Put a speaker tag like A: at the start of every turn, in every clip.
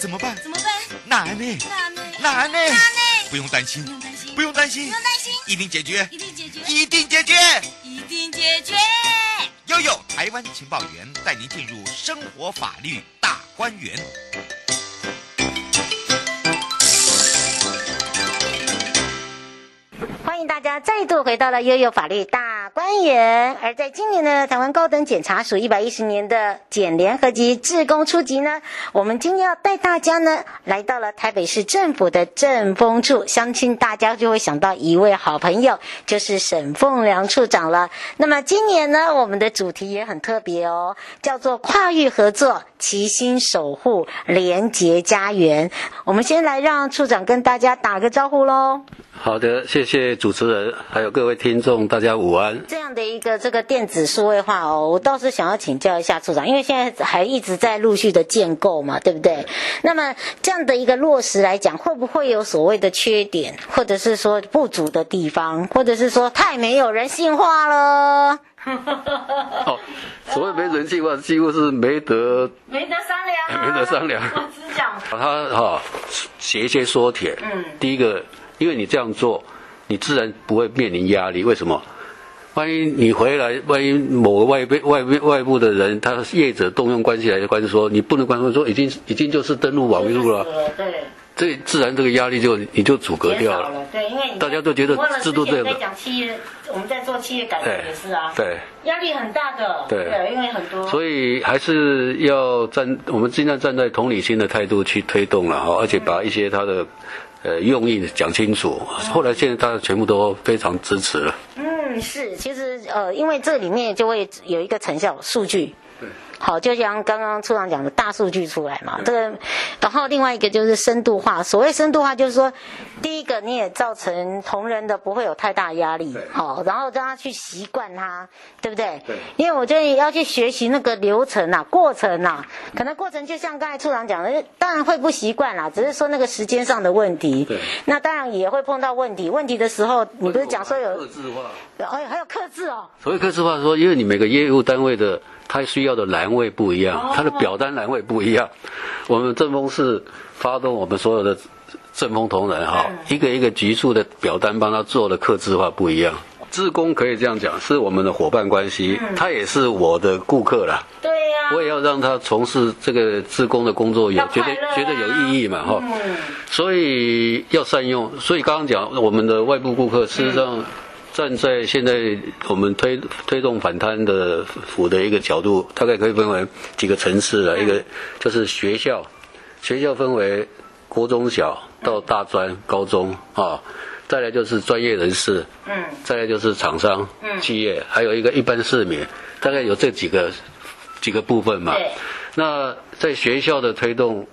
A: 怎么办？
B: 怎么办？
A: 哪呢？
B: 那呢？
A: 哪呢？
B: 那呢？
A: 不用担心
B: 不，用担心，
A: 不用担心
B: 不，用担心，
A: 一定解决，
B: 一定解决，
A: 一定解决。
B: 一定解决。
A: 悠悠台湾情报员带您进入生活法律大观园。
C: 欢迎大家再度回到了悠悠法律大观园。而在今年呢，台湾高等检察署一百一十年的检联合及志工初级呢，我们今天要带大家呢来到了台北市政府的政风处，相信大家就会想到一位好朋友，就是沈凤良处长了。那么今年呢，我们的主题也很特别哦，叫做跨域合作，齐心守护，廉洁家园。我们先来让处长跟大家打个招呼喽。
D: 好的，谢谢主持人，还有各位听众，大家午安。
C: 这样的一个这个电子数位化哦，我倒是想要请教一下处长，因为现在还一直在陆续的建构嘛，对不对？那么这样的一个落实来讲，会不会有所谓的缺点，或者是说不足的地方，或者是说太没有人性化 了？
D: 哦，所谓没人性化，几乎是没得
C: 没得商量、啊
D: 没得商量
C: 我只讲，
D: 把它哈写一些缩帖。
C: 嗯，
D: 第一个，因为你这样做，你自然不会面临压力。为什么？万一你回来，万一某个外边外边外部的人，他是业者动用关系来官司说，你不能官方说已经已经就是登录网路了，
C: 对，
D: 这自然这个压力就你就阻隔
C: 减
D: 掉
C: 少
D: 了。，
C: 对，因为你
D: 大家都觉得
C: 忘了
D: 制度
C: 之前
D: 对了
C: 在讲企业，我们在做企业改革
D: 对
C: 也是啊，，
D: 对。
C: 压力很大的，
D: 对
C: 因为很多，
D: 所以还是要站，我们尽量站在同理心的态度去推动了哦哈，而且把一些他的呃用意讲清楚。后来现在大家全部都非常支持了。
C: 嗯，是，其实呃，因为这里面就会有一个成效数据。
D: 对。
C: 好，就像刚刚处长讲的，大数据出来嘛，这个，然后另外一个就是深度化。所谓深度化，就是说，第一个你也造成同仁的不会有太大压力
D: 对，
C: 好，然后让他去习惯它，对不对？
D: 对
C: 因为我觉得要去学习那个流程啊、过程啊，可能过程就像刚才处长讲的，当然会不习惯啦，只是说那个时间上的问题。
D: 对
C: 那当然也会碰到问题，问题的时候，你不是讲说有
D: 克制化？
C: 哎，还有克制哦，
D: 所谓克制化说，因为你每个业务单位的它需要的栏位不一
C: 哦
D: 样，它的表单栏位不一样。我们政风是发动我们所有的政风同仁哈，
C: 嗯
D: 一个一个局处的表单帮他做的克制化不一样。志工可以这样讲，是我们的伙伴关系，
C: 嗯
D: 他也是我的顾客啦。
C: 对呀、
D: 我也要让他从事这个志工的工作有
C: 啊要
D: 觉
C: 快
D: 得
C: 乐啊嗯
D: 觉得有意义嘛哈，所以要善用。所以刚刚讲我们的外部顾客，事实上站在现在我们推推动反贪的府的一个角度，大概可以分为几个层次了。一个就是学校，学校分为国中小到大专、高中啊，再来就是专业人士，
C: 嗯，
D: 再来就是厂商、企业，还有一个一般市民，大概有这几个几个部分嘛
C: 对。
D: 那在学校的推动，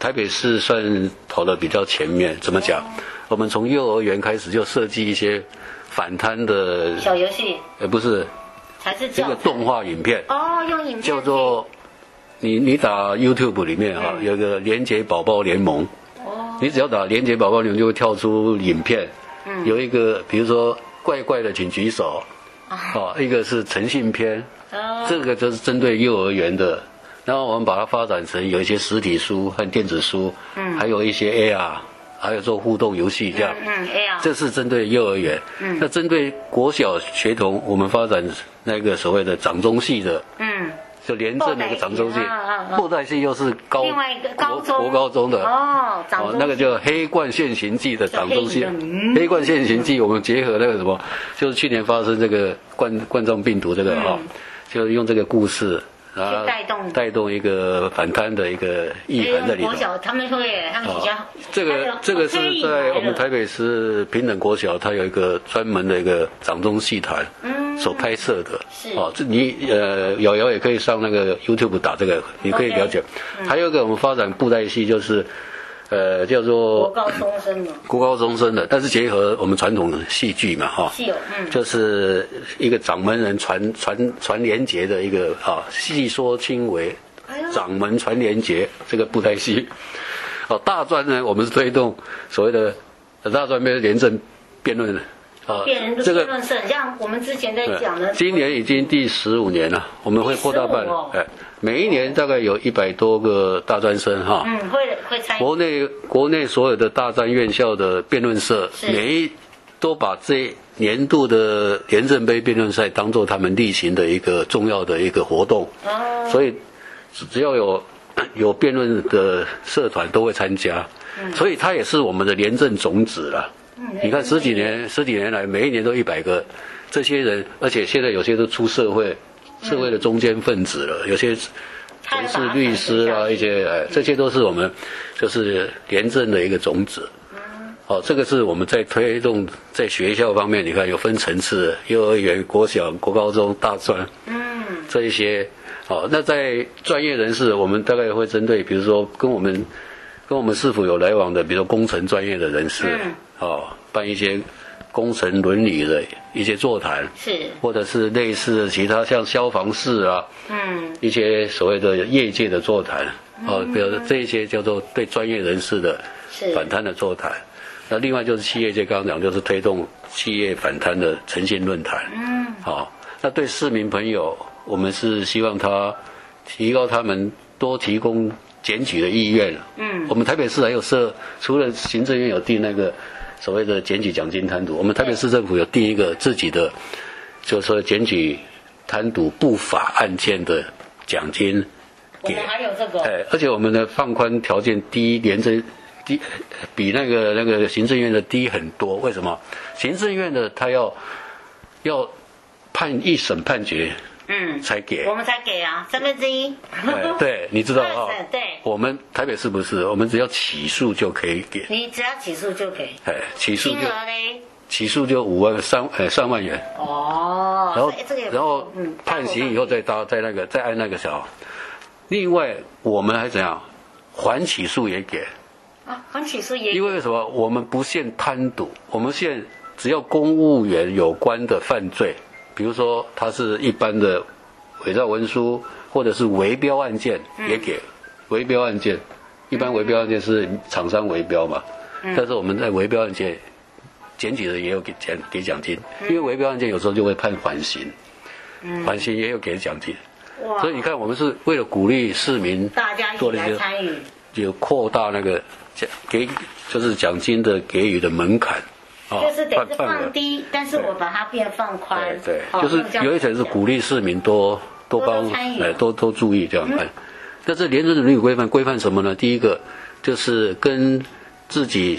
D: 台北市算跑得比较前面。怎么讲？我们从幼儿园开始就设计一些反贪的，
C: 小游戏
D: 呃，不是
C: 才是
D: 一
C: 教
D: 个动画影片，
C: 哦，用影片
D: 叫做你你打 YouTube 里面啊，有一个廉洁宝宝联盟，
C: 哦
D: 你只要打廉洁宝宝联盟就会跳出影片，
C: 嗯
D: 有一个比如说怪怪的请举手，
C: 啊
D: 哦，一个是诚信片，
C: 哦
D: 这个就是针对幼儿园的。然后我们把它发展成有一些实体书和电子书，还有一些 AR，还有做互动游戏这样。
C: 嗯，哎呀，
D: 这是针对幼儿园。那针对国小学童，我们发展那个所谓的掌中戏的，
C: 嗯，
D: 就廉政那个掌中戏
C: 后代系啊啊啊，
D: 后代戏又是高
C: 另外一个高中
D: 国国高中的
C: 哦掌中戏
D: 那个叫黑冠现行记的掌中戏
C: 叫黑嗯影，
D: 黑冠现行记，我们结合那个什么，就是去年发生这个冠冠状病毒这个哈，哦就是用这个故事。然后
C: 嗯去带动
D: 带动一个反贪的一个意涵在里头。
C: 哎国小他们会，他们学校
D: 啊，这
C: 哎
D: 个这个是在
C: 啊
D: 我们台北市平等国小，它有一个专门的一个掌中戏台，
C: 嗯
D: 所拍摄的。
C: 是
D: 哦，这你呃，瑶瑶也可以上那个 YouTube 打这个，你可以
C: OK，嗯
D: 了解。还有一个我们发展布袋戏，就是呃叫做
C: 国高中生嘛，
D: 国高中生的，但是结合我们传统的戏剧嘛，哈、
C: 是有嗯
D: 就是一个掌门人传传传连结的一个啊，戏说轻微，
C: 哎
D: 掌门传连结这个布袋戏。哦，大专呢，我们是推动所谓的呃大专辩廉政辩论啊
C: 辩，
D: 这
C: 论
D: 个
C: 社，像我们之前在讲的，
D: 对今年已经第十五年了，我们会扩大办
C: 第15哦，
D: 哎，每一年大概有一百多个大专生哈，
C: 嗯会会参与
D: 国内国内所有的大专院校的辩论社，
C: 是
D: 每一都把这年度的廉政杯辩论赛当做他们例行的一个重要的一个活动，
C: 哦，
D: 所以只只要有有辩论的社团都会参加，
C: 嗯
D: 所以它也是我们的廉政种子了。你看十几年十几年来，每一年都一百个这些人，而且现在有些都出社会，社会的中间分子了，有些
C: 他
D: 从
C: 要把它
D: 事律
C: 传
D: 师
C: 承下
D: 啊，
C: 去
D: 一些哎，这些都是我们就是廉政的一个种子。哦，这个是我们在推动在学校方面，你看有分层次的，幼儿园、国小、国高中、大专
C: 嗯
D: 这一些。哦，那在专业人士，我们大概会针对，比如说跟我们跟我们市府有来往的，比如说工程专业的人士，
C: 嗯
D: 哦，办一些工程伦理的一些座谈，
C: 是
D: 或者是类似的其他像消防室啊，
C: 嗯
D: 一些所谓的业界的座谈，哦，比如说这一些叫做对专业人士的
C: 是
D: 反贪的座谈。那另外就是企业界，刚刚讲就是推动企业反贪的诚信论坛。
C: 嗯
D: 好，那对市民朋友，我们是希望他提高他们多提供检举的意愿。
C: 嗯
D: 我们台北市还有设，除了行政院有定那个所谓的检举奖金贪渎，我们台北市政府有定一个自己的，就是说检举贪渎不法案件的奖金
C: 我
D: 给
C: 们还有这个
D: 哎，而且我们的放宽条件低，廉政低比那个那个行政院的低很多。为什么？行政院的他要要判一审判决
C: 嗯，
D: 才给
C: 我，们才给啊三分之一，
D: 哎，对，你知道啊、
C: 二审对
D: 我们台北市不是，我们只要起诉就可以给，
C: 你只要起诉就给，
D: 哎，起诉
C: 金
D: 就
C: 额嘞
D: 起诉就五万三呃上万元，
C: 哦，
D: 然后
C: 所以这个也不
D: 然后
C: 嗯
D: 判刑以后再搭再那个再按那个小。另外，我们还怎样？缓起诉也给，
C: 啊，反起诉也
D: 因为为什么？我们不限贪渎，我们限只要公务员有关的犯罪，比如说他是一般的伪造文书或者是围标案件，
C: 嗯
D: 也给围标案件。一般围标案件是厂商围标嘛，
C: 嗯
D: 但是我们在围标案件检举的也有给奖给奖金，
C: 嗯
D: 因为围标案件有时候就会判缓刑，缓刑也有给奖金。
C: 哇
D: 所以你看，我们是为了鼓励市民
C: 大家一起
D: 做了一
C: 来
D: 些
C: 参与，
D: 有扩大那个奖给就是奖金的给予的门槛啊
C: 就是等于是
D: 范范围
C: 放低，但是我把它变放宽
D: 对，哎对，
C: 哦
D: 就是有一层是，
C: 用
D: 鼓励市民多多
C: 多
D: 帮
C: 多参与
D: 哎多多注意这样哎。那这廉政伦理规范规范什么呢？第一个就是跟自己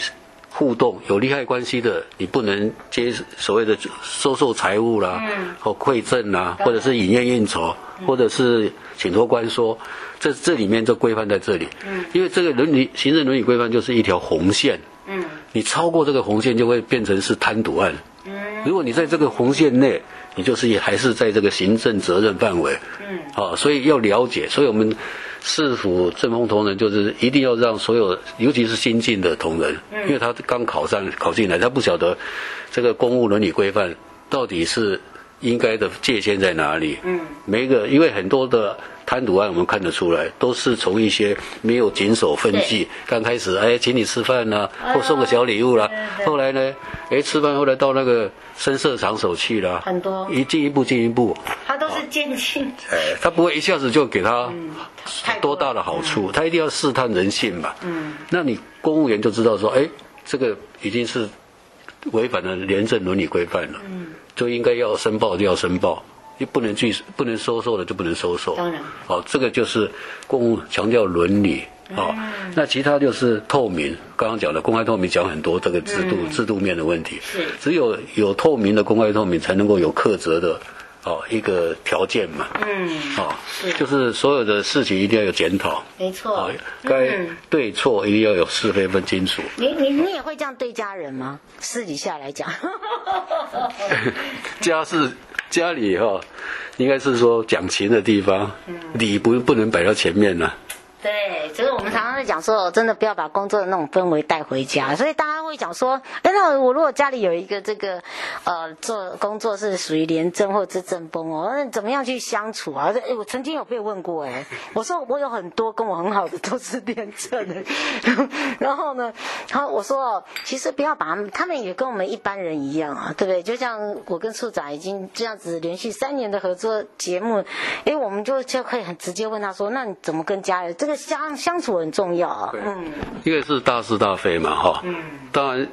D: 互动有利害关系的，你不能接所谓的收受财物啦，
C: 嗯
D: 或馈赠啦，或者是以宴应酬，或者是请托官说，这这里面这规范在这里。
C: 嗯
D: 因为这个伦理行政伦理规范就是一条红线，
C: 这样嗯
D: 你超过这个红线就会变成是贪渎案。
C: 嗯
D: 如果你在这个红线内，你就是也还是在这个行政责任范围，
C: 嗯，
D: 啊，所以要了解，所以我们市府政风同仁就是一定要让所有，尤其是新进的同仁，
C: 嗯
D: 因为他刚考上考进来，他不晓得这个公务伦理规范到底是应该的界限在哪里，
C: 嗯，
D: 每一个因为很多的贪渎案我们看得出来，都是从一些没有谨守分际，刚开始哎请你吃饭呐、或送个小礼物啦、
C: 啊对对
D: 后来呢，哎吃饭后来到那个深色场所去了，
C: 很多
D: 一进一步进一步，
C: 它都是渐进，
D: 哎，他不会一下子就给他
C: 嗯太
D: 多大的好处，他一定要试探人性嘛。
C: 嗯，
D: 那你公务员就知道说，哎，这个已经是违反了廉政伦理规范了，嗯，就应该要申报就要申报，就不能拒不能收受的就不能收受。
C: 当然
D: 哦，这个就是公务强调伦理。哦，
C: 嗯
D: 那其他就是透明，刚刚讲的公开透明讲很多这个制度、制度面的问题，
C: 嗯是
D: 只有有透明的公开透明才能够有克责的哦一个条件嘛。
C: 嗯，
D: 哦
C: 是，
D: 就是所有的事情一定要有检讨，
C: 没
D: 啊
C: 错，，
D: 该
C: 嗯
D: 对错一定要有是非分清楚。
C: 你你你也会这样对家人吗？私底下来讲，
D: 家是家里哈、应该是说讲情的地方，
C: 嗯
D: 理不不能摆到前面呐、
C: 对，就是我们常常在讲说，真的不要把工作的那种氛围带回家，所以大家会讲说，哎，那我如果家里有一个这个呃做工作是属于廉政或者是政风哦，那怎么样去相处啊？哎，我曾经有被问过，哎，我说我有很多跟我很好的都是 廉政的， 然后呢，然后我说哦，其实不要把他们，他们也跟我们一般人一样啊，对不对？就像我跟处长已经这样子连续三年的合作节目，哎，我们就就可以很直接问他说，那你怎么跟家人这个相相处很重要啊？
D: 对
C: 嗯，
D: 一个是大是大非嘛，哈。当然，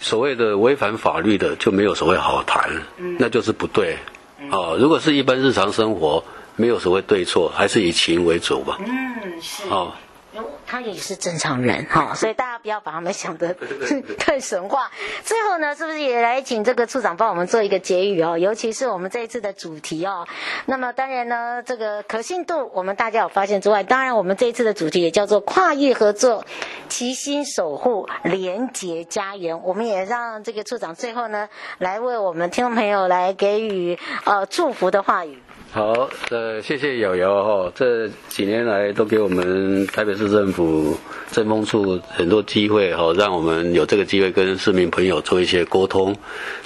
D: 所谓的违反法律的就没有所谓好谈，
C: 嗯
D: 那就是不对。啊，如果是一般日常生活，没有所谓对错，还是以情为主嘛。
C: 嗯，是
D: 哦，
C: 他也是正常人哈、所以大家不要把他们想的 太神话。最后呢，是不是也来请这个处长帮我们做一个结语哦？尤其是我们这一次的主题哦。那么当然呢，这个可信度我们大家有发现之外，当然我们这一次的主题也叫做跨域合作、齐心守护、廉洁家园。我们也让这个处长最后呢，来为我们听众朋友来给予呃祝福的话语。
D: 好，呃，谢谢瑶瑶哈，这几年来都给我们台北市政府政风处很多机会哈，让我们有这个机会跟市民朋友做一些沟通。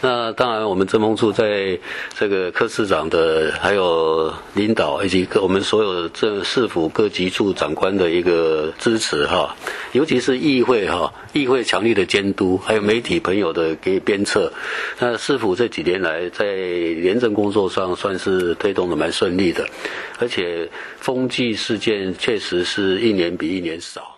D: 那当然，我们政风处在这个柯市长的还有领导以及各我们所有这市府各级处长官的一个支持哈，尤其是议会哈，议会强力的监督，还有媒体朋友的给予鞭策。那市府这几年来在廉政工作上算是推动的蛮顺利的，而且风纪事件确实是一年比一年少。